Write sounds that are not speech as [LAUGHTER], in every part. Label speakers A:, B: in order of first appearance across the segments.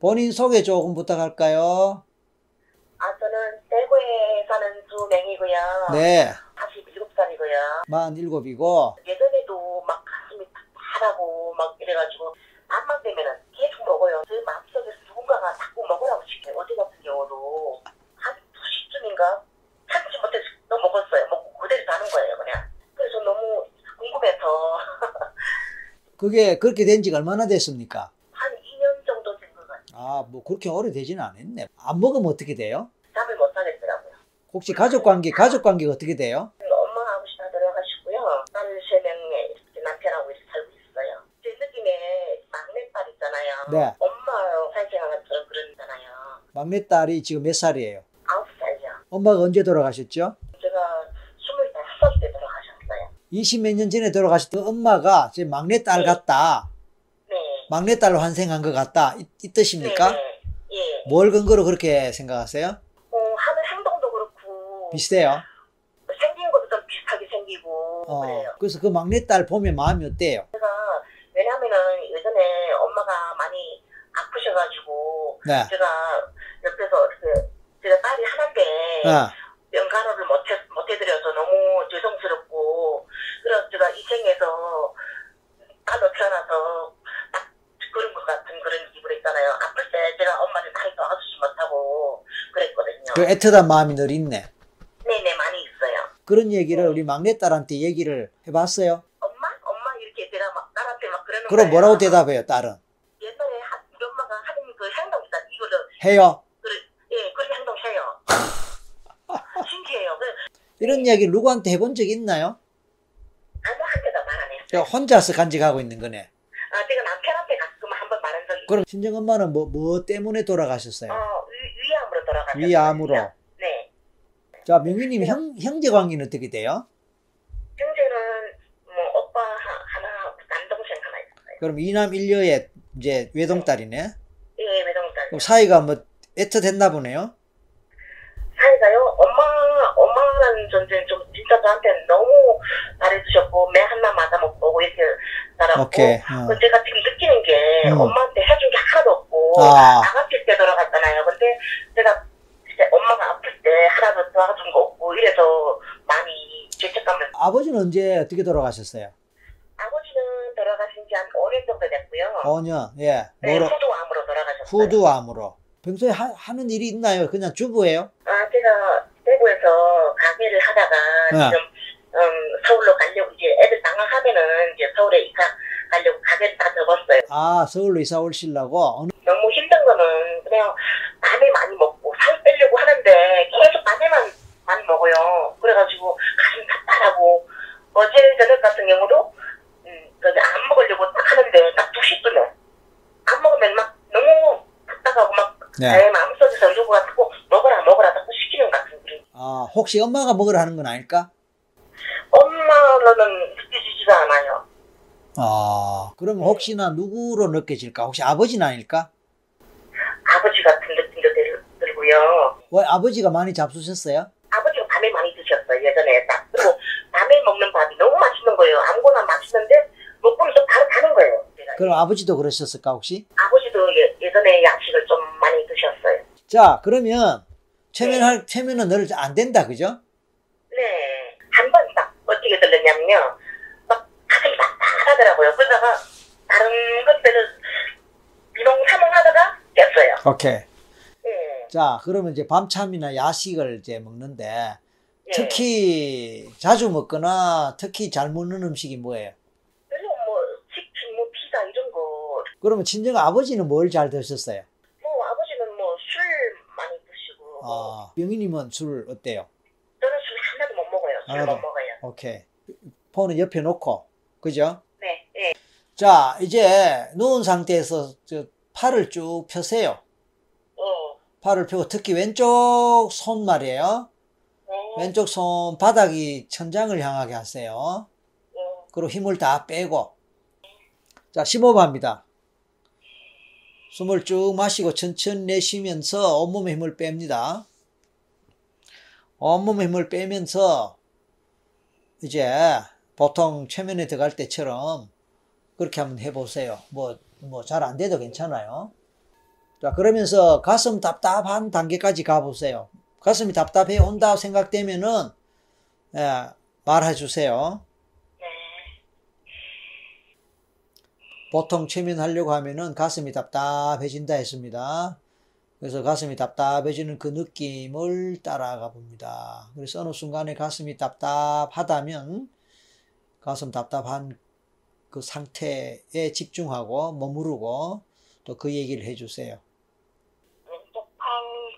A: 본인 소개 조금 부탁할까요?
B: 아, 저는 대구에 사는 주맹이고요.
A: 네,
B: 47살이고요.
A: 47이고,
B: 예전에도 막 가슴이 답답하고 막 이래가지고 밤만 되면은 계속 먹어요. 제 마음속에 서 누군가가 자꾸 먹으라고 시켜요. 어제 같은 경우도 한 2시쯤인가 참지 못해서 너 먹었어요. 먹고 그대로 자는 거예요, 그냥. 그래서 너무 궁금해서
A: 그게 그렇게 된 지가 얼마나 됐습니까?
B: 한 2년 정도 된 것 같아요.
A: 아, 뭐 그렇게 오래되지는 않았네. 안 먹으면 어떻게 돼요?
B: 잠을 못 자겠더라고요.
A: 혹시 가족 관계, 가족 관계 어떻게 돼요?
B: 엄마하고 시다 들어가시고요. 딸 세 명에 남편하고 이렇게 살고 있어요. 제 느낌에 막내딸 있잖아요.
A: 네.
B: 엄마랑 살생하는 그런 그런잖아요.
A: 막내딸이 지금 몇 살이에요?
B: 아홉 살이요.
A: 엄마가 언제 돌아가셨죠?
B: 제가 스물다섯 때 돌아가셨어요.
A: 20 몇 년 전에 돌아가셨던 엄마가 제 막내딸 같다.
B: 네.
A: 막내딸로 환생한 것 같다. 이, 이 뜻입니까?
B: 네, 네. 예.
A: 뭘 근거로 그렇게 생각하세요?
B: 어, 하는 행동도 그렇고
A: 뭐- 비슷해요.
B: 생긴 것도 좀 비슷하게 생기고
A: 어,
B: 그래요.
A: 그래서 그 막내딸 보면 마음이 어때요?
B: 왜냐면은 예전에 엄마가 많이 아프셔가지고
A: 네.
B: 제가 옆에서 이렇게 제가 딸이 하나인데
A: 아,
B: 연간호를 못해, 못해드려서 너무 죄송스럽고, 그래서 제가 이 생에서 딸로 태어나서 딱 그런 것 같은 그런 기분이 있잖아요. 아플 때 제가 엄마를 많이 도와주지 못하고 그랬거든요.
A: 그 애틋한 마음이 늘 있네.
B: 네네, 많이 있어요.
A: 그런 얘기를 우리 막내딸한테 얘기를 해봤어요?
B: 엄마? 엄마? 이렇게 제가 막 딸한테 막 그러는
A: 그럼
B: 거예요.
A: 뭐라고 대답해요, 딸은?
B: 옛날에 하, 우리 엄마가 하는 그 행동 있잖아. 이거를,
A: 해요.
B: 예, 그런 행동
A: [LAUGHS]
B: 해요. 신기해요. 그,
A: 이런 이야기 누구한테 해본 적 있나요?
B: 아무한테도 말 안 했어요.
A: 제가 혼자서 간직하고 있는 거네.
B: 아, 제가 남편한테 가끔 한 번 말한 적이
A: 그럼 친정 엄마는 뭐, 뭐 때문에 돌아가셨어요?
B: 어, 위, 위암으로 돌아가셨어요.
A: 위암으로.
B: 네.
A: 자, 명희님 형, 형제 관계는 어떻게 돼요?
B: 형제는 뭐 오빠 하- 하나, 남동생 하나 있어요.
A: 그럼 이남 일녀의 이제 외동딸이네.
B: 예, 외동딸.
A: 그럼 사이가 뭐 애틋했나 보네요.
B: 사이가요? 엄마, 엄마라는 존재는 좀 진짜 저한테 너무 잘해주셨고, 매 하나 맞아먹고 보고 이렇게 살았고.
A: 오케이. 어.
B: 그 제가 지금 느끼는 게
A: 음.
B: 엄마한테 해준 게 하나도 없고,
A: 아,
B: 아가씨 때 돌아갔잖아요. 근데 제가 진짜 엄마가 아플 때 하나도 도와준 거 없고, 이래서 많이 죄책감을
A: 아버지는 언제 어떻게 돌아가셨어요?
B: 아버지는 돌아가신 지 한 5년 정도 됐고요.
A: 5년. 예.
B: 네,
A: 뭐로?
B: 후두암으로 돌아가셨어요.
A: 후두암으로. 평소에 하, 하는 일이 있나요? 그냥 주부예요?
B: 아, 제가 대구에서 가게를 하다가
A: 네.
B: 지금 음, 서울로 가려고 이제 애들 방학하면은 이제 서울에 이사 가려고 가게를 다 접었어요.
A: 아, 서울로 이사 오시려고? 어느-
B: 너무 힘든 거는 그냥 밤에 많이 먹고 살 빼려고 하는데 계속 밤에만 많이 먹어요. 그래가지고 가슴 답답하고 어제 저녁 같은 경우도 음, 저기 안 먹으려고 딱 하는데 딱 2시쯤에 안 먹으면 막 너무 답답하고 막
A: 네.
B: 내 마음속에서 누구가 자꾸 먹어라 먹어라 자꾸 시키는 것 같은 그런
A: 아, 혹시 엄마가 먹으라 하는 건 아닐까?
B: 엄마로는 느껴지지가 않아요
A: 아, 그럼 혹시나 누구로 느껴질까? 혹시 아버지는 아닐까?
B: 아버지 같은 느낌도 들, 들고요
A: 왜 아버지가 많이 잡수셨어요?
B: 아버지가 밤에 많이 드셨어요 예전에 딱 그리고 밤에 먹는 밥이 너무 맛있는 거예요 아무거나 맛있는데 먹고는 좀 바로 가는 거예요 제가.
A: 그럼 아버지도 그러셨을까, 혹시?
B: 아버지도 예, 예전에 야식을 좀 많이 드셨어요
A: 자, 그러면 최면할, 최면은 너를 안 된다, 그죠?
B: 네 한 번 딱 어떻게 들렸냐면요 막 가슴이 답답하더라고요 그러다가 다른 것들은 비몽사몽 하다가 깼어요
A: 오케이.
B: 예,
A: 자, 그러면 이제 밤참이나 야식을 이제 먹는데,
B: 예.
A: 특히 자주 먹거나 특히 잘 먹는 음식이 뭐예요?
B: 별로 뭐 치킨, 뭐 피자 이런 거.
A: 그러면 친정 아버지는 뭘 잘 드셨어요?
B: 뭐 아버지는 뭐 술 많이 드시고. 뭐
A: 아, 병희님은 술 어때요?
B: 저는 술 하나도 못 먹어요. 술
A: 하나도.
B: 못 먹어요.
A: 오케이. 폰은 옆에 놓고, 그죠?
B: 네, 예.
A: 자, 이제 누운 상태에서 저 팔을 쭉 펴세요.
B: 어.
A: 팔을 펴고 특히 왼쪽 손 말이에요.
B: 어,
A: 왼쪽 손 바닥이 천장을 향하게 하세요.
B: 어.
A: 그리고 힘을 다 빼고. 자, 15번 합니다. 숨을 쭉 마시고 천천히 내쉬면서 온몸에 힘을 뺍니다. 온몸에 힘을 빼면서 이제 보통 최면에 들어갈 때처럼 그렇게 한번 해보세요. 뭐, 뭐 잘 안 돼도 괜찮아요. 자, 그러면서 가슴 답답한 단계까지 가보세요. 가슴이 답답해 온다 생각되면은, 예, 말해주세요.
B: 네.
A: 보통 최면하려고 하면은 가슴이 답답해진다 했습니다. 그래서 가슴이 답답해지는 그 느낌을 따라가 봅니다. 그래서 어느 순간에 가슴이 답답하다면 가슴 답답한 그 상태에 집중하고 머무르고 또 그 얘기를 해주세요.
B: 왼쪽 팔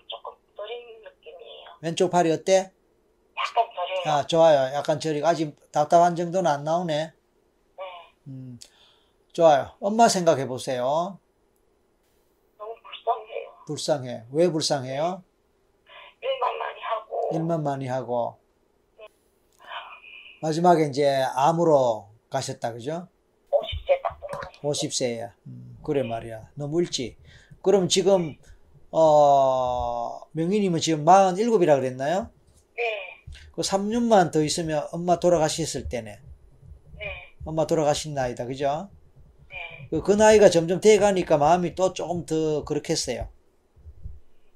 B: 조금 저린 느낌이에요.
A: 왼쪽 팔이 어때?
B: 약간 저려요.
A: 아, 좋아요. 약간 저리 아직 답답한 정도는 안 나오네.
B: 네.
A: 음, 좋아요. 엄마 생각해 보세요.
B: 너무 불쌍해요.
A: 불쌍해. 왜 불쌍해요?
B: 일만 많이 하고.
A: 일만 많이 하고 마지막에 이제 암으로 가셨다 그죠?
B: 50세 딱 넘어가시고.
A: 50세야 그래 말이야 너무 일찍 그럼 지금 어 명희님은 지금 47이라 그랬나요?
B: 네.
A: 그 3년만 더 있으면 엄마 돌아가셨을 때네
B: 네.
A: 엄마 돌아가신 나이다 그죠?
B: 네.
A: 그, 그 나이가 점점 돼가니까 마음이 또 조금 더 그렇겠어요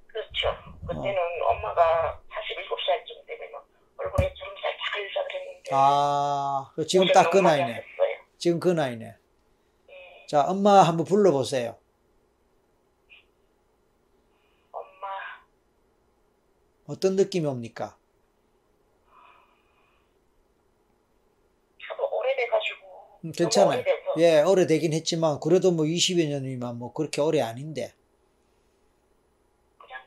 B: 그렇죠.
A: 어.
B: 그때는 엄마가 47살쯤 되면 얼굴에 주름살 다 갈려서 그랬는데.
A: 아그 지금 딱 그
B: 너무
A: 나이네
B: 많았어요.
A: 지금 그 나이네
B: 네.
A: 자 엄마 한번 불러보세요
B: 엄마.
A: 어떤 느낌이 옵니까?
B: 저도 오래돼가지고.
A: 음,
B: 너무
A: 괜찮아요.
B: 뭐 오래돼서.
A: 예, 오래되긴 했지만 그래도 뭐 20여 년이면 뭐 그렇게 오래 아닌데
B: 그냥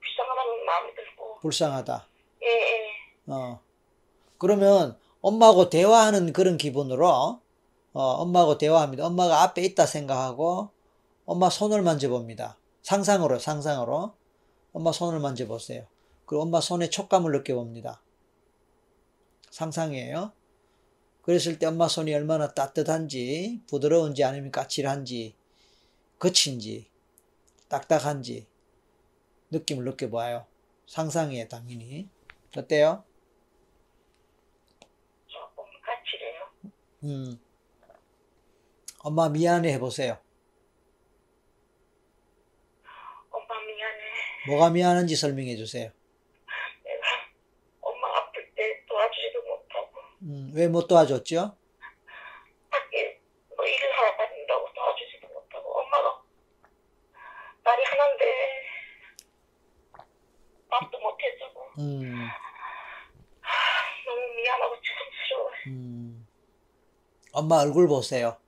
B: 불쌍하다는 마음이 들고.
A: 불쌍하다.
B: 예, 예.
A: 어. 그러면 엄마하고 대화하는 그런 기분으로 어, 엄마하고 대화합니다. 엄마가 앞에 있다 생각하고 엄마 손을 만져봅니다. 상상으로 상상으로 엄마 손을 만져보세요. 그리고 엄마 손에 촉감을 느껴봅니다. 상상이에요. 그랬을 때 엄마 손이 얼마나 따뜻한지 부드러운지 아니면 까칠한지 거친지 딱딱한지 느낌을 느껴봐요. 상상이에요 당연히. 어때요?
B: 조금 까칠해요.
A: 음. 엄마 미안해 해보세요.
B: 엄마 미안해.
A: 뭐가 미안한지 설명해 주세요.
B: 내가 엄마 아플 때 도와주지도 못하고.
A: 음, 왜 못 도와줬죠?
B: 밖에 뭐 일을 하러 다닌다고 도와주지도 못하고. 엄마가 말이 하나인데. 밥도 못해주고.
A: 음,
B: 너무 미안하고 죄송스러워.
A: 음. 엄마 얼굴 보세요.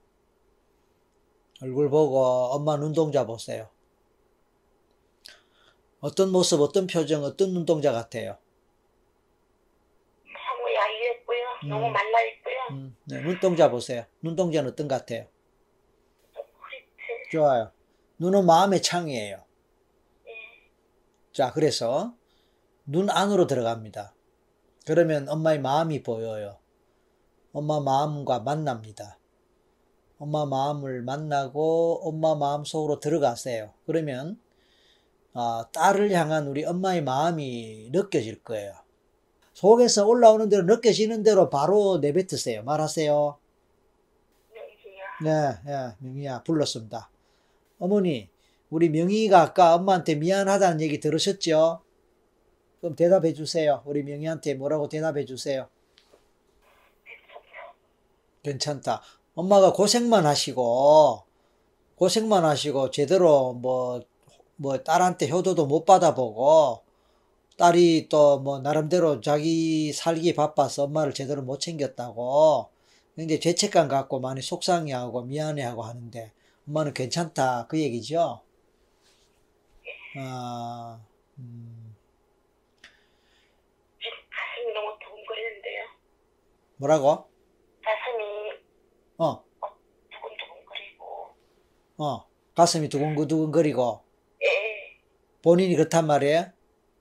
A: 얼굴 보고 엄마 눈동자 보세요. 어떤 모습, 어떤 표정, 어떤 눈동자 같아요.
B: 너무 야위했고요.
A: 음.
B: 너무 말라있고요.
A: 음, 네, 눈동자 보세요. 눈동자는 어떤 것 같아요?
B: 너무 흐릿해.
A: 좋아요. 눈은 마음의 창이에요.
B: 예.
A: 자, 그래서 눈 안으로 들어갑니다. 그러면 엄마의 마음이 보여요. 엄마 마음과 만납니다. 엄마 마음을 만나고 엄마 마음 속으로 들어가세요. 그러면 아, 딸을 향한 우리 엄마의 마음이 느껴질 거예요. 속에서 올라오는 대로 느껴지는 대로 바로 내뱉으세요. 말하세요.
B: 명희야.
A: 네, 예, 명희야 불렀습니다. 어머니, 우리 명희가 아까 엄마한테 미안하다는 얘기 들으셨죠? 그럼 대답해 주세요. 우리 명희한테 뭐라고 대답해 주세요. 괜찮다. 엄마가 고생만 하시고 고생만 하시고 제대로 뭐, 뭐 딸한테 효도도 못 받아보고 딸이 또 뭐 나름대로 자기 살기 바빠서 엄마를 제대로 못 챙겼다고 굉장히 죄책감 갖고 많이 속상해하고 미안해하고 하는데 엄마는 괜찮다 그 얘기죠. 아, 음,
B: 지금 가슴이 너무 두근거리는데요.
A: 뭐라고?
B: 가슴이
A: 어,
B: 두근두근거리고.
A: 어, 가슴이 두근두근거리고
B: 예.
A: 본인이 그렇단 말이에요.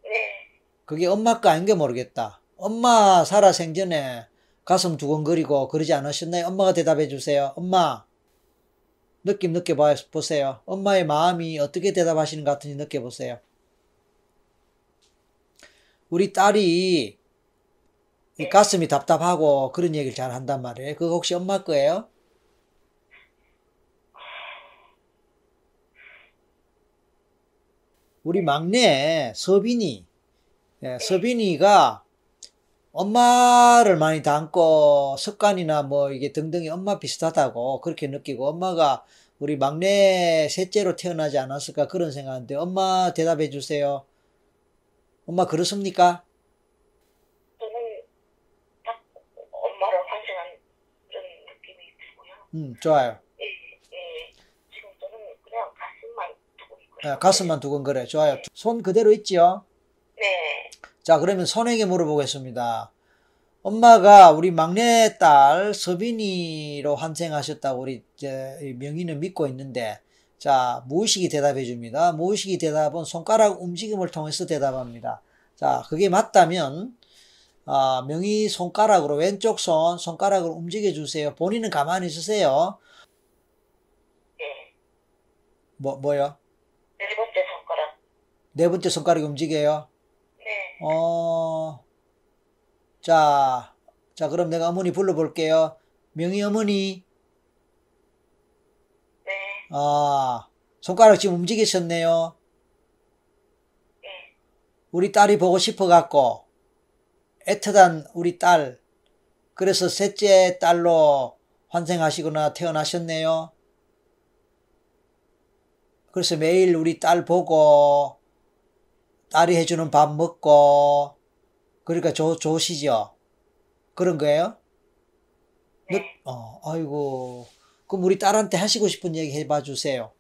B: 네.
A: 그게 엄마 거 아닌 게 모르겠다. 엄마 살아 생전에 가슴 두근거리고 그러지 않으셨나요? 엄마가 대답해 주세요. 엄마 느낌 느껴봐 보세요. 엄마의 마음이 어떻게 대답하시는 것 같은지 느껴보세요. 우리 딸이 이 가슴이 답답하고 그런 얘기를 잘 한단 말이에요. 그거 혹시 엄마 거예요? 우리 막내 서빈이, 예, 서빈이가 엄마를 많이 닮고 습관이나 뭐 이게 등등이 엄마 비슷하다고 그렇게 느끼고 엄마가 우리 막내 셋째로 태어나지 않았을까 그런 생각인데 엄마 대답해 주세요. 엄마 그렇습니까?
B: 저는 딱 엄마를 환생한 그런 느낌이 들고요.
A: 음, 좋아요.
B: 예, 예. 지금 저는 그냥 가슴만 두고 있고요.
A: 예, 가슴만 두근거려. 좋아요. 손 그대로 있지요?
B: 네.
A: 자, 그러면 선에게 물어보겠습니다. 엄마가 우리 막내 딸 서빈이로 환생하셨다고 우리 이제 이 명의는 믿고 있는데, 자, 무의식이 대답해 줍니다. 무의식이 대답은 손가락 움직임을 통해서 대답합니다. 자, 그게 맞다면, 아, 명의 손가락으로 왼쪽 손, 손가락을 움직여 주세요. 본인은 가만히 있으세요.
B: 예.
A: 뭐, 뭐요?
B: 네 번째 손가락.
A: 네 번째 손가락이 움직여요.
B: 네.
A: 어, 자, 자, 그럼 내가 어머니 불러볼게요. 명희 어머니,
B: 네.
A: 아, 손가락 지금 움직이셨네요.
B: 네.
A: 우리 딸이 보고 싶어갖고, 애틋한 우리 딸, 그래서 셋째 딸로 환생하시거나 태어나셨네요. 그래서 매일 우리 딸 보고, 딸이 해주는 밥 먹고, 그러니까 좋, 좋으시죠? 그런 거예요? 네.
B: 네.
A: 어, 아이고. 그럼 우리 딸한테 하시고 싶은 얘기 해봐 주세요.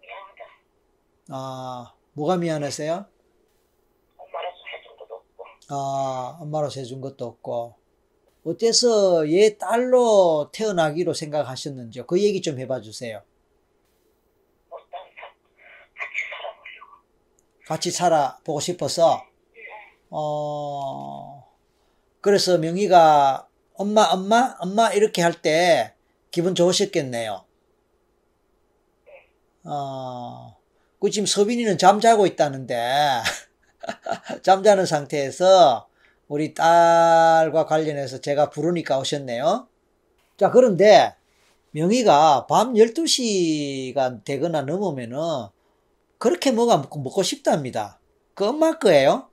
B: 미안하다.
A: 아, 뭐가 미안하세요?
B: 엄마로서 해준 것도 없고.
A: 아, 엄마로서 해준 것도 없고. 어때서 얘 딸로 태어나기로 생각하셨는지요? 그 얘기 좀 해봐 주세요.
B: 못한 삶. 뭐 같이
A: 같이
B: 살아보려고.
A: 살아보고 싶어서, 어, 그래서 명희가 엄마, 엄마, 엄마 이렇게 할 때 기분 좋으셨겠네요. 어, 그 지금 서빈이는 잠자고 있다는데, [LAUGHS] 잠자는 상태에서 우리 딸과 관련해서 제가 부르니까 오셨네요. 자, 그런데 명희가 밤 12시가 되거나 넘으면은 그렇게 뭐가 먹- 먹고 싶답니다. 그 엄마 거예요?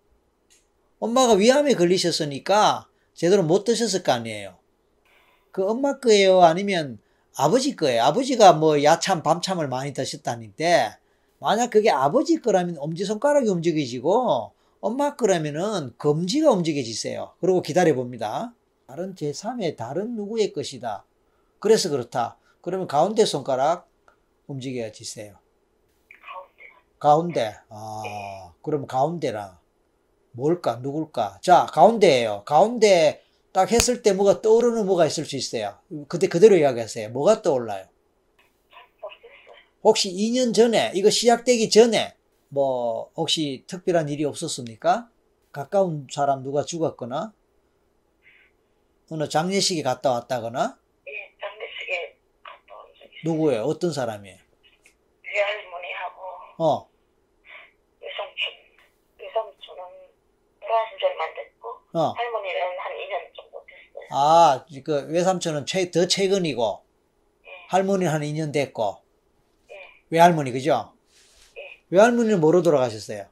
A: 엄마가 위암에 걸리셨으니까 제대로 못 드셨을 거 아니에요. 그 엄마 거예요? 아니면 아버지 거예요? 아버지가 뭐 야참, 밤참을 많이 드셨다는데, 만약 그게 아버지 거라면 엄지손가락이 움직이지고, 엄마 거라면은 검지가 움직여지세요. 그러고 기다려봅니다. 다른 제3의 다른 누구의 것이다. 그래서 그렇다. 그러면 가운데 손가락 움직여지세요.
B: 가운데가.
A: 가운데. 아, 그럼 가운데라. 뭘까? 누굴까? 자, 가운데예요. 가운데 딱 했을 때 뭐가 떠오르는 뭐가 있을 수 있어요. 그때 그대로 이야기하세요. 뭐가 떠올라요?
B: 잘 모르겠어요.
A: 혹시 2년 전에 이거 시작되기 전에 뭐 혹시 특별한 일이 없었습니까? 가까운 사람 누가 죽었거나 어느 장례식에 갔다 왔다거나
B: 예, 장례식에 갔다 온 적이 있어요. 네
A: 누구예요? 어떤 사람이에요?
B: 외할머니하고
A: 어,
B: 외삼촌. 외삼촌은 돌아가신 지 얼마 안 됐고,
A: 어.
B: 할머니는 한 2년 정도 됐어요.
A: 아, 그 외삼촌은 최, 더 최근이고
B: 예.
A: 할머니는 한 2년 됐고
B: 예.
A: 외할머니 그죠?
B: 예.
A: 외할머니는 뭐로 돌아가셨어요?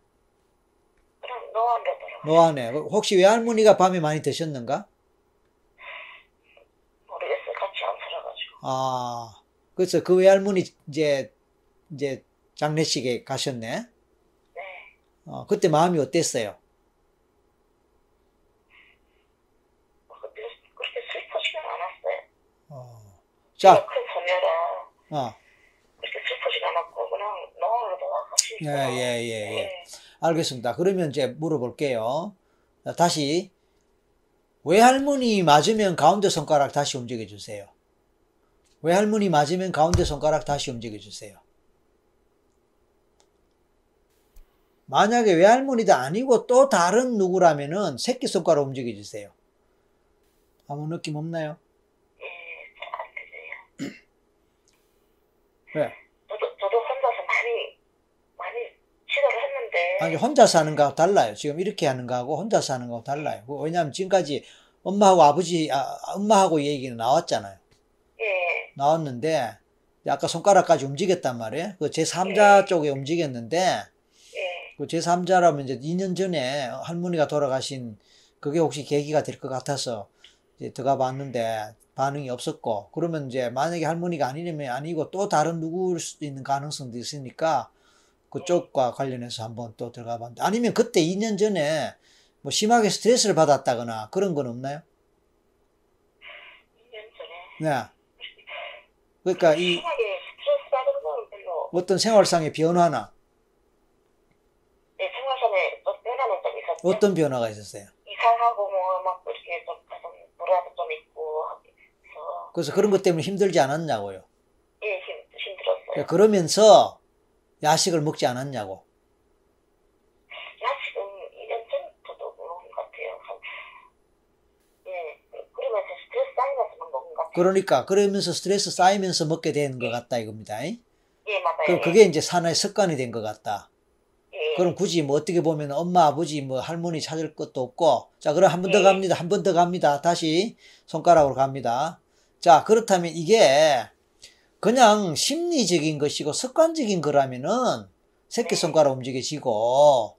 B: 그럼 노안으로 돌아가.
A: 노안에 혹시 외할머니가 밤에 많이 드셨는가?
B: 모르겠어요. 같이 안 살아가지고.
A: 아 그래서 그 외할머니 이제 이제 장례식에 가셨네.
B: 네.
A: 어, 그때 마음이 어땠어요?
B: 뭐 그때 그렇게 슬퍼지는 않았어요.
A: 어, 자,
B: 제가 큰 소녀라
A: 어,
B: 그렇게 슬퍼지지 않았고, 그냥 노안으로 돌아가신
A: 예, 예, 예, 예.
B: 네.
A: 알겠습니다. 그러면 이제 물어볼게요. 자, 다시 외할머니 맞으면 가운데 손가락 다시 움직여 주세요. 외할머니 맞으면 가운데 손가락 다시 움직여 주세요. 만약에 외할머니도 아니고 또 다른 누구라면은 새끼 손가락 움직여 주세요. 아무 느낌 없나요?
B: 예, 잘안 되세요.
A: [CLEARS THROAT] 왜?
B: 저도, 저도 혼자서 많이, 많이 시도를 했는데.
A: 아니 혼자서 하는 거하고 달라요. 지금 이렇게 하는 거하고 혼자서 하는 거하고 달라요. 그- 왜냐하면 지금까지 엄마하고 아버지, 아, 엄마하고 얘기는 나왔잖아요.
B: 예,
A: 나왔는데 아까 손가락까지 움직였단 말이에요. 그 제3자
B: 네.
A: 쪽에 움직였는데
B: 예.
A: 그 제3자라면 이제 2년 전에 할머니가 돌아가신 그게 혹시 계기가 될 것 같아서 이제 들어가 봤는데 반응이 없었고 그러면 이제 만약에 할머니가 아니면 아니고 또 다른 누구일 수도 있는 가능성도 있으니까 그쪽과 관련해서 한번 또 들어가 봤는데 아니면 그때 2년 전에 뭐 심하게 스트레스를 받았다거나 그런 건 없나요?
B: 2년 전에
A: 네. 그러니까 이
B: 심하게 스트레스 받은 건 별로
A: 어떤 생활상의 변화나
B: 내 예, 생활선에 좀 빼가는 좀 있었어요.
A: 어떤 변화가 있었어요?
B: 이상하고 뭐막 이렇게 좀 계속 놀아도 좀 있고 그래서
A: 그래서 그런 것 때문에 힘들지 않았냐고요.
B: 예 힘, 힘들었어요.
A: 그러니까 그러면서 야식을 먹지 않았냐고.
B: 나 지금 2년 전부터 먹은 것 같아요. 한- 예 그러면서 스트레스 쌓이면서만 먹은 것 같아요.
A: 그러니까 그러면서 스트레스 쌓이면서 먹게 된 것 같다 이겁니다.
B: 예 맞아요.
A: 그럼 그게 이제 산의 습관이 된 것 같다.
B: 예,
A: 그럼 굳이 뭐 어떻게 보면 엄마, 아버지, 뭐 할머니 찾을 것도 없고. 자, 그럼 한 번 더 갑니다. 한 번 더 갑니다. 다시 손가락으로 갑니다. 자, 그렇다면 이게 그냥 심리적인 것이고 습관적인 거라면은 새끼손가락 움직여지고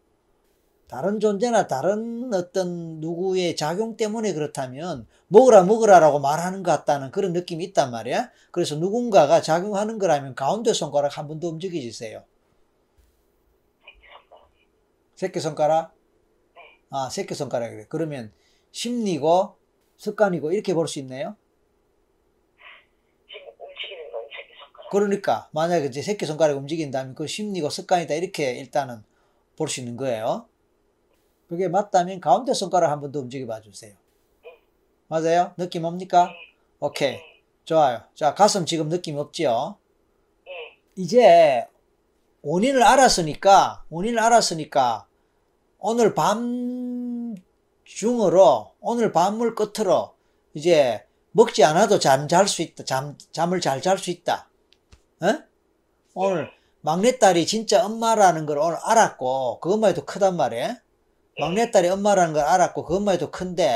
A: 다른 존재나 다른 어떤 누구의 작용 때문에 그렇다면 먹으라 먹으라라고 말하는 것 같다는 그런 느낌이 있단 말이야. 그래서 누군가가 작용하는 거라면 가운데 손가락 한 번 더 움직여주세요. 새끼손가락? 아, 새끼손가락이래. 그러면 심리고 습관이고 이렇게 볼 수 있네요.
B: 지금 움직이는 건 자기 손가락.
A: 그러니까 만약에 이제 새끼손가락이 움직인다면 그 심리고 습관이다 이렇게 일단은 볼 수 있는 거예요. 그게 맞다면 가운데 손가락 한 번 더 움직여 봐 주세요. 맞아요? 느낌 옵니까? 오케이. 좋아요. 자, 가슴 지금 느낌 없지요?
B: 예, 예,
A: 이제 원인을 알았으니까 원인을 알았으니까 오늘 밤 중으로 오늘 밤을 끝으로 이제 먹지 않아도 잠 잘 수 있다 잠 잠을 잘 잘 수 있다 어? 오늘 막내딸이 진짜 엄마라는 걸 오늘 알았고 그것만 해도 크단 말이야 막내딸이 엄마라는 걸 알았고 그것만 해도 큰데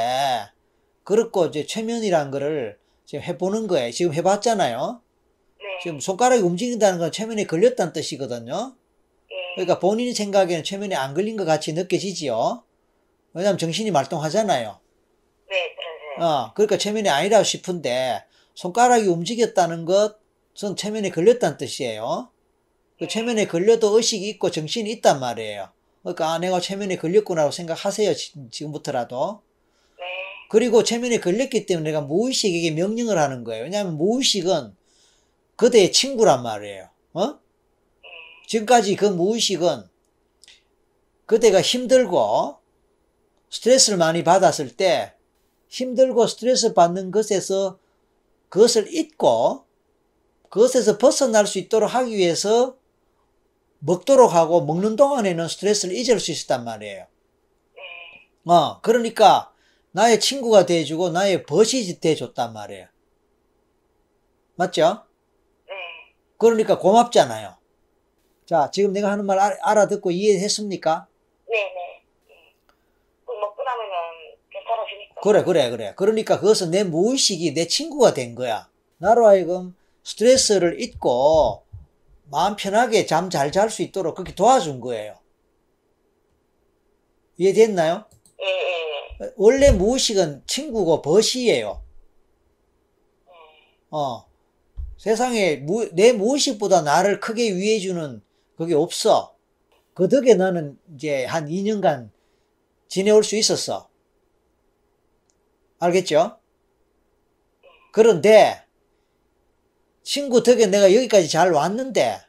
A: 그렇고 이제 최면이라는 거를 지금 해보는 거예요 지금 해봤잖아요
B: 네,
A: 지금 손가락이 움직인다는 건 최면에 걸렸다는 뜻이거든요.
B: 예,
A: 그러니까 본인 생각에는 최면에 안 걸린 것 같이 느껴지지요. 왜냐하면 정신이 말똥하잖아요.
B: 네, 그러세요.
A: 어, 그러니까 최면이 아니라 싶은데 손가락이 움직였다는 것은 최면에 걸렸다는 뜻이에요. 그 최면에 걸려도 의식이 있고 정신이 있단 말이에요. 그러니까 아, 내가 최면에 걸렸구나라고 생각하세요. 지- 지금부터라도.
B: 네,
A: 그리고 최면에 걸렸기 때문에 내가 무의식에게 명령을 하는 거예요. 왜냐하면 무의식은 그대의 친구란 말이에요. 어? 지금까지 그 무의식은 그대가 힘들고 스트레스를 많이 받았을 때 힘들고 스트레스 받는 것에서 그것을 잊고 그것에서 벗어날 수 있도록 하기 위해서 먹도록 하고 먹는 동안에는 스트레스를 잊을 수 있었단 말이에요.
B: 네,
A: 어, 그러니까 나의 친구가 돼주고 나의 버시 돼줬단 말이에요. 맞죠?
B: 네,
A: 그러니까 고맙잖아요. 자, 지금 내가 하는 말 알- 알아듣고 이해했습니까?
B: 네, 네. 예. 그 먹고 나면은 괜찮아지니까.
A: 그래, 그래, 그래. 그러니까 그것은 내 무의식이 내 친구가 된 거야. 나로 하여금 스트레스를 잊고 마음 편하게 잠 잘 잘 수 있도록 그렇게 도와준 거예요. 이해됐나요?
B: 예, 예, 예.
A: 원래 무의식은 친구고 버시예요.
B: 예.
A: 어, 세상에 무, 내 무의식보다 나를 크게 위해주는 그게 없어. 그 덕에 나는 이제 한 2년간 지내올 수 있었어. 알겠죠? 그런데 친구 덕에 내가 여기까지 잘 왔는데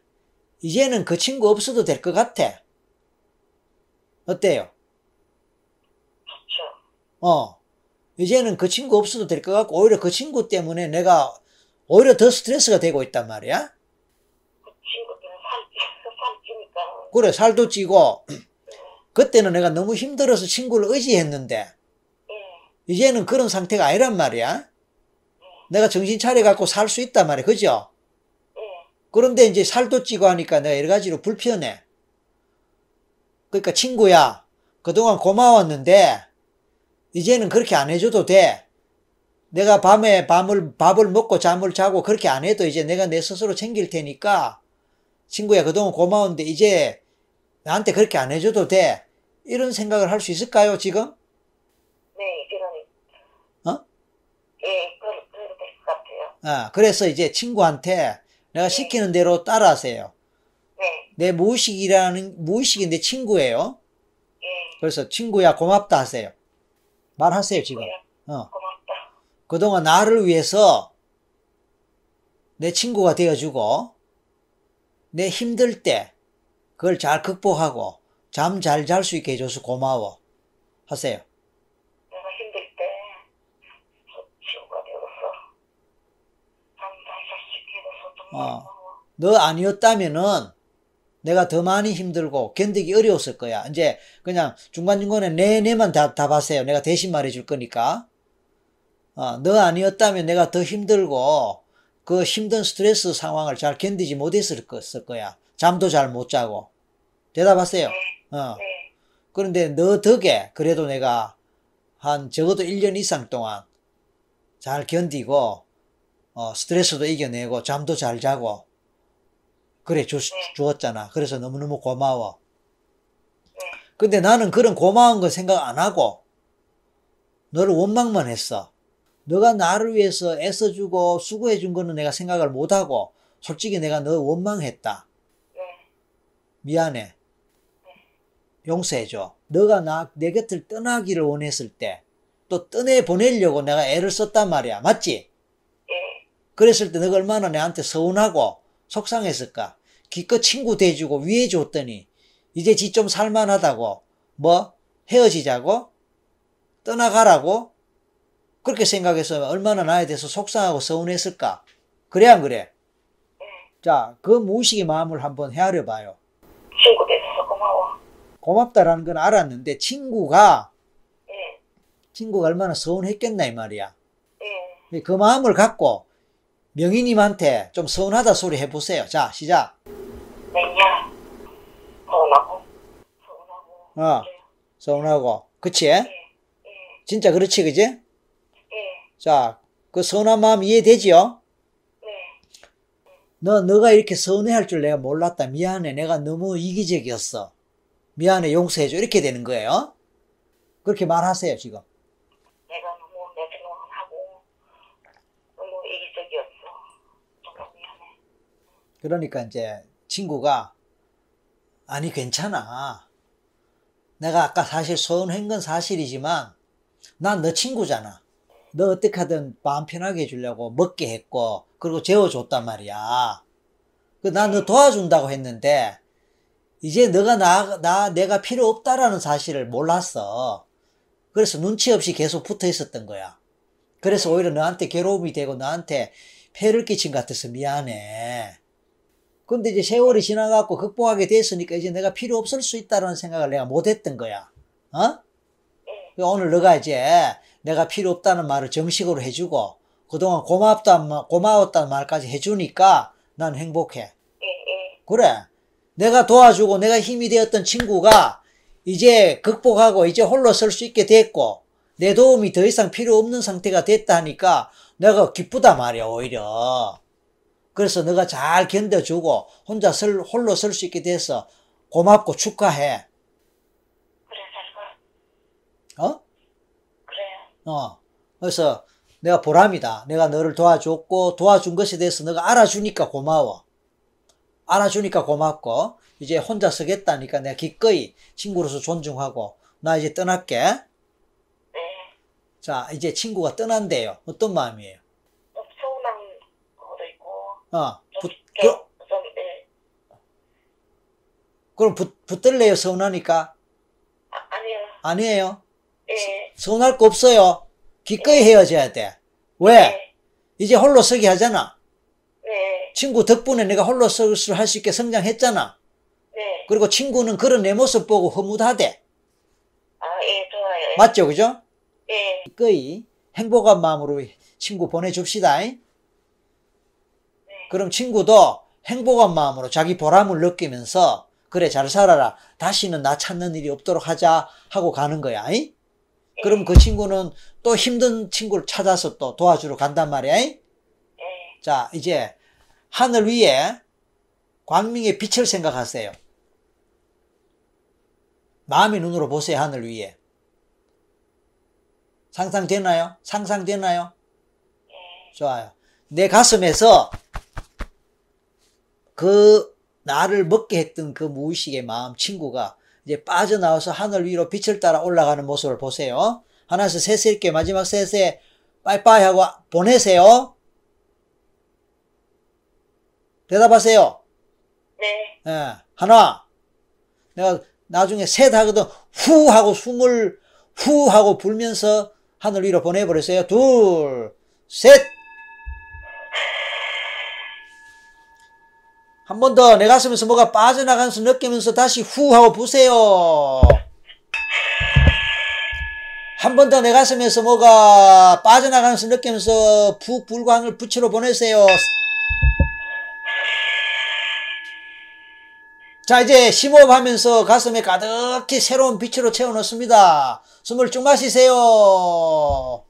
A: 이제는 그 친구 없어도 될 것 같아. 어때요?
B: 좋죠.
A: 어, 이제는 그 친구 없어도 될 것 같고, 오히려 그 친구 때문에 내가 오히려 더 스트레스가 되고 있단 말이야.
B: 그 친구들은 살, 살 찌니까.
A: 그래, 살도 찌고, [CLEARS THROAT] 그때는 내가 너무 힘들어서 친구를 의지했는데,
B: 예,
A: 이제는 그런 상태가 아니란 말이야. 내가 정신 차려갖고 살 수 있단 말이야. 그죠?
B: 예,
A: 그런데 이제 살도 찌고 하니까 내가 여러 가지로 불편해. 그러니까 친구야, 그동안 고마웠는데, 이제는 그렇게 안 해줘도 돼. 내가 밤에 밤을, 밥을 먹고 잠을 자고 그렇게 안 해도 이제 내가 내 스스로 챙길 테니까 친구야, 그동안 고마운데 이제 나한테 그렇게 안 해줘도 돼. 이런 생각을 할 수 있을까요, 지금?
B: 네, 그런.
A: 어?
B: 예, 그런, 그런 될것 같아요.
A: 아, 그래서 이제 친구한테 내가 시키는 대로 따라하세요.
B: 네,
A: 내 무의식이라는, 무의식이 내 친구예요.
B: 예.
A: 그래서 친구야, 고맙다 하세요. 말하세요, 지금.
B: 예,
A: 어.
B: 고맙다.
A: 그동안 나를 위해서 내 친구가 되어주고, 내 힘들 때 그걸 잘 극복하고, 잠 잘 잘 수 있게 해줘서 고마워. 하세요.
B: 내가 힘들 때, 친구가 되어서, 항상 자식이 돼서 정말
A: 어.
B: 고마워.
A: 너 아니었다면은 내가 더 많이 힘들고 견디기 어려웠을 거야. 이제 그냥 중간중간에 내내만 다, 다 봤어요. 내가 대신 말해줄 거니까. 어, 너 아니었다면 내가 더 힘들고 그 힘든 스트레스 상황을 잘 견디지 못했을 거- 했을 거야. 잠도 잘 못 자고. 대답하세요. 어.
B: 네,
A: 그런데 너 덕에 그래도 내가 한 적어도 1년 이상 동안 잘 견디고 어, 스트레스도 이겨내고 잠도 잘 자고 그래 주, 주었잖아. 그래서 너무너무 고마워. 근데 나는 그런 고마운 거 생각 안 하고 너를 원망만 했어. 너가 나를 위해서 애써주고 수고해준 거는 내가 생각을 못하고 솔직히 내가 너 원망했다.
B: 네,
A: 미안해. 용서해줘. 너가 나, 내 곁을 떠나기를 원했을 때, 또 떠내 보내려고 내가 애를 썼단 말이야. 맞지?
B: 예,
A: 그랬을 때 너가 얼마나 내한테 서운하고 속상했을까? 기껏 친구 돼주고 위해줬더니, 이제 지 좀 살만하다고, 뭐, 헤어지자고? 떠나가라고? 그렇게 생각해서 얼마나 나에 대해서 속상하고 서운했을까? 그래, 안 그래? 자, 그 무의식의 마음을 한번 헤아려 봐요.
B: 친구 돼서 고마워.
A: 고맙다라는 건 알았는데 친구가
B: 예,
A: 친구가 얼마나 서운했겠나 이 말이야.
B: 예,
A: 그 마음을 갖고 명희님한테 좀 서운하다 소리 해보세요. 자 시작.
B: 내냐, 네, 서운하고, 서운하고,
A: 어 서운하고 그치?
B: 예,
A: 진짜 그렇지 그지?
B: 예,
A: 자그 서운한 마음 이해되지요?
B: 네,
A: 너 너가 이렇게 서운해할 줄 내가 몰랐다. 미안해. 내가 너무 이기적이었어. 미안해. 용서해줘. 이렇게 되는 거예요. 그렇게 말하세요 지금.
B: 내가 너무 내 생각만 하고, 너무 이기적이었어. 정말 미안해.
A: 그러니까 이제 친구가 아니 괜찮아. 내가 아까 사실 서운한 건 사실이지만 난 너 친구잖아. 너 어떻게 하든 마음 편하게 해주려고 먹게 했고 그리고 재워줬단 말이야. 난 너 도와준다고 했는데 이제 너가 나, 나 내가 필요 없다라는 사실을 몰랐어. 그래서 눈치 없이 계속 붙어 있었던 거야. 그래서 오히려 너한테 괴로움이 되고 너한테 폐를 끼친 것 같아서 미안해. 근데 이제 세월이 지나갖고 극복하게 됐으니까 이제 내가 필요 없을 수 있다라는 생각을 내가 못했던 거야. 어? 오늘 너가 이제 내가 필요 없다는 말을 정식으로 해주고 그동안 고맙다는 말, 고마웠다는 말까지 해주니까 난 행복해.
B: 예, 예,
A: 그래. 내가 도와주고 내가 힘이 되었던 친구가 이제 극복하고 이제 홀로 설 수 있게 됐고 내 도움이 더 이상 필요 없는 상태가 됐다니까 내가 기쁘다 말이야 오히려. 그래서 너가 잘 견뎌주고 혼자 설, 홀로 설 수 있게 돼서 고맙고 축하해.
B: 그래, 잘 가.
A: 어?
B: 그래,
A: 어. 그래서 내가 보람이다. 내가 너를 도와줬고 도와준 것에 대해서 너가 알아주니까 고마워. 알아주니까 고맙고 이제 혼자 서겠다니까 내가 기꺼이 친구로서 존중하고 나 이제 떠날게.
B: 네.
A: 자, 이제 친구가 떠난대요. 어떤 마음이에요?
B: 좀 서운한 것도 있고,
A: 어.
B: 좀,
A: 부,
B: 좀, 좀, 예.
A: 그럼 붙, 붙들래요? 서운하니까?
B: 아, 아니요,
A: 아니에요.
B: 예,
A: 서운할 거 없어요. 기꺼이 헤어져야 돼. 왜?
B: 예,
A: 이제 홀로 서기 하잖아.
B: 네,
A: 친구 덕분에 내가 홀로 서기를 할 수 있게 성장했잖아.
B: 네.
A: 그리고 친구는 그런 내 모습 보고 허무하대.
B: 아, 예, 좋아요. 예.
A: 그- 맞죠, 그죠?
B: 예,
A: 기꺼이 행복한 마음으로 친구 보내줍시다. 그럼 친구도 행복한 마음으로 자기 보람을 느끼면서 그래 잘 살아라. 다시는 나 찾는 일이 없도록 하자 하고 가는 거야. 그럼 그 친구는 또 힘든 친구를 찾아서 또 도와주러 간단 말이야. 잉?
B: 예.
A: 자, 이제 하늘 위에 광명의 빛을 생각하세요. 마음의 눈으로 보세요, 하늘 위에. 상상되나요? 상상되나요? 좋아요. 내 가슴에서 그 나를 먹게 했던 그 무의식의 마음 친구가 이제 빠져나와서 하늘 위로 빛을 따라 올라가는 모습을 보세요. 하나에서 셋에 이렇게 마지막 셋에 빠이빠이 하고 보내세요. 대답하세요.
B: 네.
A: 예, 하나. 내가 나중에 셋 하거든 후 하고 숨을 후 하고 불면서 하늘 위로 보내버렸어요. 둘, 셋. 한 번 더 내 가슴에서 뭐가 빠져나가면서 느끼면서 다시 후 하고 부세요. 한 번 더 내 가슴에서 뭐가 빠져나가면서 느끼면서 푹 불고 하늘 부치로 보내세요. 자, 이제 심호흡하면서 가슴에 가득히 새로운 빛으로 채워넣습니다. 숨을 쭉 마시세요.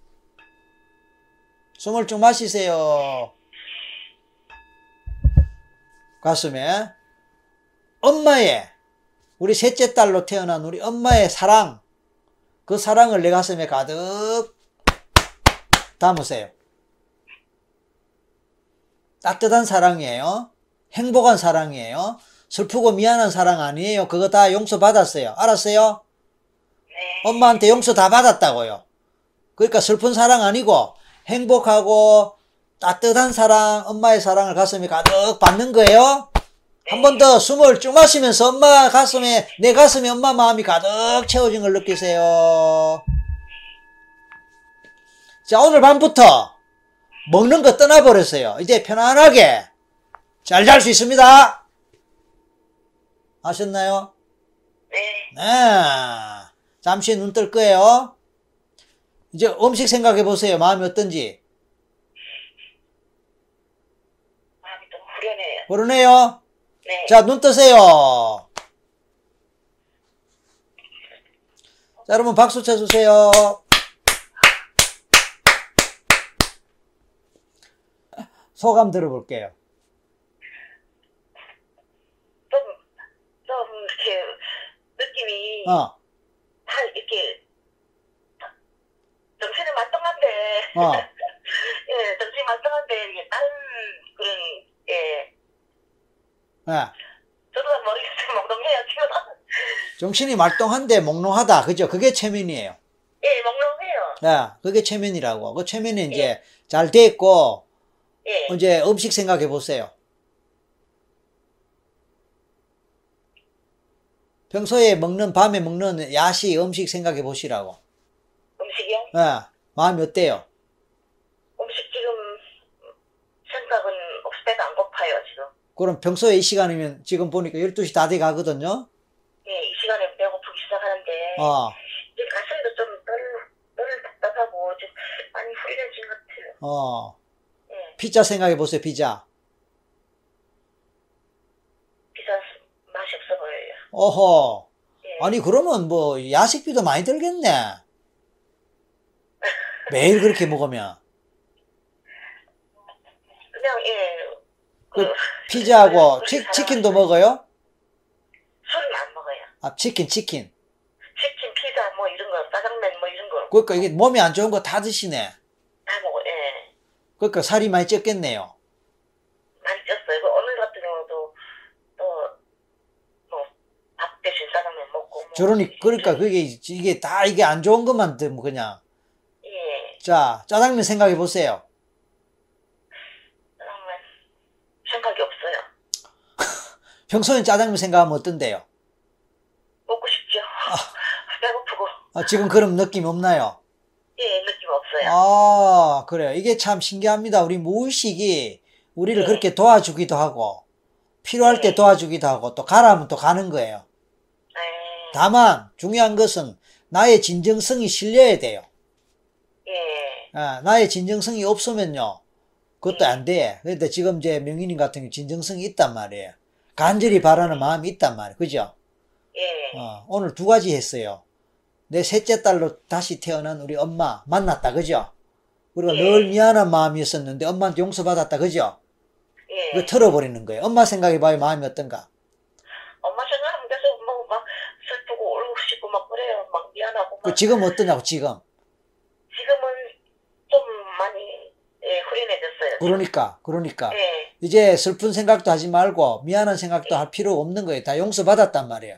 A: 숨을 쭉 마시세요. 가슴에 엄마의 우리 셋째 딸로 태어난 우리 엄마의 사랑 그 사랑을 내 가슴에 가득 담으세요. 따뜻한 사랑이에요. 행복한 사랑이에요. 슬프고 미안한 사랑 아니에요. 그거 다 용서 받았어요. 알았어요?
B: 네.
A: 엄마한테 용서 다 받았다고요. 그러니까 슬픈 사랑 아니고 행복하고 따뜻한 사랑, 엄마의 사랑을 가슴에 가득 받는 거예요. 한 번 더 숨을 쭉 마시면서 엄마 가슴에, 내 가슴에 엄마 마음이 가득 채워진 걸 느끼세요. 자, 오늘 밤부터 먹는 거 떠나버렸어요. 이제 편안하게 잘 잘 수 있습니다. 아셨나요?
B: 네.
A: 네. 잠시 눈 뜰 거예요. 이제 음식 생각해 보세요. 마음이 어떤지.
B: 마음이 너무 후련해요.
A: 그러네요.
B: 네.
A: 자, 눈 뜨세요. 자, 여러분 박수 쳐주세요. 소감 들어볼게요.
B: 좀, 좀, 이렇게, 느낌이,
A: 어,
B: 다 이렇게, 정신이 말똥한데,
A: 어,
B: [LAUGHS] 예, 정신이 말똥한데, 이게 다른 그런, 예,
A: 예.
B: 저도 모르겠어요. 몽롱해요, 지금.
A: 정신이 말똥한데 몽롱하다. 그죠? 그게 최면이에요.
B: 예, 몽롱해요.
A: 예, 그게 최면이라고. 그 최면이 이제 잘 돼 있고,
B: 예.
A: 이제 음식 생각해 보세요. 평소에 먹는 밤에 먹는 야식 음식 생각해 보시라고.
B: 음식이요?
A: 예. 마음이 어때요?
B: 음식 지금 생각은 없을 때가 안 고파요, 지금.
A: 그럼 평소에 이 시간이면 지금 보니까 12시 다 돼 가거든요.
B: 예, 이 시간에 배고프기 시작하는데,
A: 어.
B: 이제 가슴도 좀 덜, 덜 답답하고, 좀 많이 후련해진 것 같아요.
A: 어.
B: 예,
A: 피자 생각해 보세요. 피자.
B: 비싼 맛이 없어 보여요.
A: 어허.
B: 예.
A: 아니 그러면 뭐 야식비도 많이 들겠네. 매일 그렇게 먹으면
B: 그냥, 예,
A: 그- 피자하고 치, 치킨도 먹어요?
B: 술은 안 먹어요.
A: 아, 치킨, 치킨.
B: 치킨, 피자, 뭐 이런 거, 짜장면 뭐 이런 거,
A: 그러니까 이게 몸에 안 좋은 거 다 드시네.
B: 다 먹어, 예.
A: 그러니까 살이 많이 쪘겠네요.
B: 많이 쪘어요. 그 오늘 같은 경우도, 또, 뭐, 밥 대신 짜장면 먹고. 뭐.
A: 저러니 그러니까 그게 이게 다 이게 안 좋은 것만 뭐 그냥
B: 예,
A: 자 짜장면 생각해 보세요.
B: 짜장면, 생각이 없어요.
A: 평소에 짜장면 생각하면 어떤데요?
B: 먹고 싶죠. [LAUGHS] 배고프고,
A: 아, 지금 그런 느낌 없나요?
B: 예, 느낌 없어요.
A: 아 그래요. 이게 참 신기합니다. 우리 무의식이 우리를
B: 네.
A: 그렇게 도와주기도 하고 필요할 때
B: 네.
A: 도와주기도 하고 또 가라면 또 가는 거예요.
B: 예,
A: 다만 중요한 것은 나의 진정성이 실려야 돼요.
B: 예,
A: 아, 나의 진정성이 없으면요. 그것도 안 돼. 그런데 지금 제 명인님 같은 경우 진정성이 있단 말이에요. 간절히 바라는 마음이 있단 말이에요. 그죠?
B: 예,
A: 어, 오늘 두 가지 했어요. 내 셋째 딸로 다시 태어난 우리 엄마 만났다, 그죠? 우리가
B: 예.
A: 늘 미안한 마음이었었는데 엄마한테 용서받았다, 그죠?
B: 예.
A: 이거 털어버리는 거예요. 엄마 생각해봐요, 마음이 어떤가?
B: 엄마 생각하면 계속 막, 막 슬프고 울고 싶고 막 그래요. 막 미안하고. 막.
A: 그 지금 어떠냐고, 지금.
B: 지금은 좀 많이 예, 후련해졌어요.
A: 그러니까, 그러니까.
B: 예.
A: 이제 슬픈 생각도 하지 말고 미안한 생각도 할 필요 없는 거예요. 다 용서받았단 말이에요.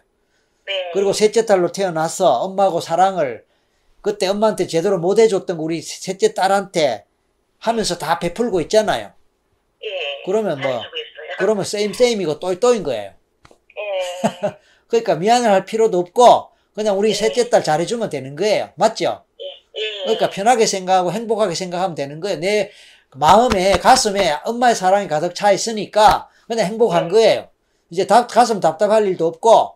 B: 네.
A: 그리고 셋째 딸로 태어나서 엄마하고 사랑을 그때 엄마한테 제대로 못 해줬던 거 우리 셋째 딸한테 하면서 다 베풀고 있잖아요.
B: 예.
A: 그러면 뭐,
B: 고 있어요.
A: 그러면 쌤쌤이고 또이또인 거예요.
B: 예.
A: 그러니까 미안을 할 필요도 없고 그냥 우리 셋째 딸 잘해주면 되는 거예요. 맞죠?
B: 예.
A: 그러니까 편하게 생각하고 행복하게 생각하면 되는 거예요. 내 마음에 가슴에 엄마의 사랑이 가득 차 있으니까 그냥 행복한 거예요. 이제 답, 가슴 답답할 일도 없고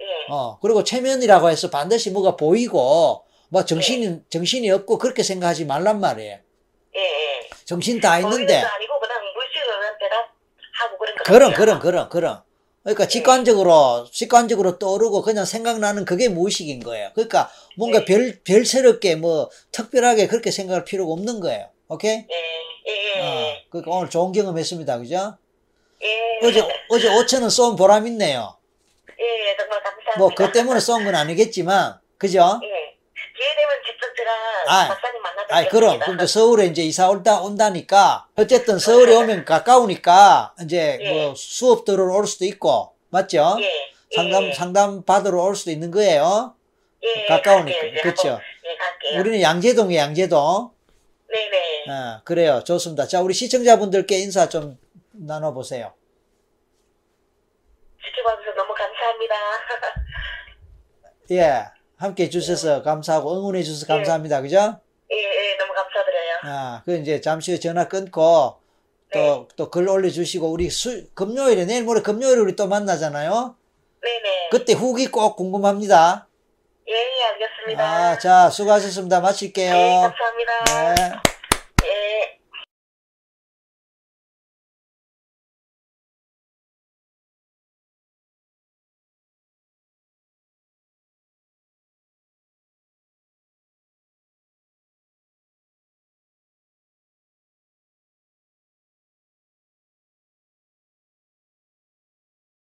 B: 예.
A: 어, 그리고 체면이라고 해서 반드시 뭐가 보이고, 뭐 정신이, 정신이 없고 그렇게 생각하지 말란 말이에요.
B: 예. 예.
A: 정신 다 있는데.
B: 거기는 아니고 그냥 물질로는 대답하고 그런 거.
A: 그런, 그런, 그런, 그런. 그러니까 직관적으로, 직관적으로 떠오르고 그냥 생각나는 그게 무의식인 거예요. 그러니까 뭔가
B: 네.
A: 별, 별새롭게 뭐 특별하게 그렇게 생각할 필요가 없는 거예요. 오케이?
B: 예. 예. 예.
A: 어, 그러니까 오늘 좋은 경험 했습니다. 그죠?
B: 예.
A: 어제, 어제 5천원 쏜 보람 있네요.
B: 예. 정말 감사합니다.
A: 뭐, 그 때문에 쏜 건 아니겠지만, 그죠?
B: 예. 기회 되면 직접 제가
A: 아.
B: 박사님 만나뵙겠습니다.
A: 아이 그럼 그럼 이제 서울에 이제 이사 올다 온다니까 어쨌든 서울에 오면 가까우니까 이제
B: 예.
A: 뭐 수업 들으러 올 수도 있고 맞죠?
B: 예. 예.
A: 상담 상담 받으러 올 수도 있는 거예요.
B: 예. 갈게요. 이제
A: 가까우니까 그렇죠.
B: 한번, 예. 예. 갈게요.
A: 우리는 아. 양재동이 양재동. 어,
B: 네네.
A: 그래요. 좋습니다. 자 우리 시청자분들께 인사 좀 나눠보세요.
B: 지켜봐주셔서 너무 감사합니다. [LAUGHS]
A: 예. 함께 해주셔서 감사하고 응원해 주셔서 감사합니다. 그죠?
B: 예, 예, 너무 감사드려요.
A: 아, 그 이제 잠시 후에 전화 끊고 또
B: 네.
A: 또 글 올려주시고 우리 수, 금요일에 내일 모레 금요일에 우리 또 만나잖아요.
B: 네네.
A: 그때 후기 꼭 궁금합니다.
B: 예, 예, 알겠습니다.
A: 아, 자, 수고하셨습니다.
B: 예,
A: 마칠게요.
B: 감사합니다. 예.
A: 네.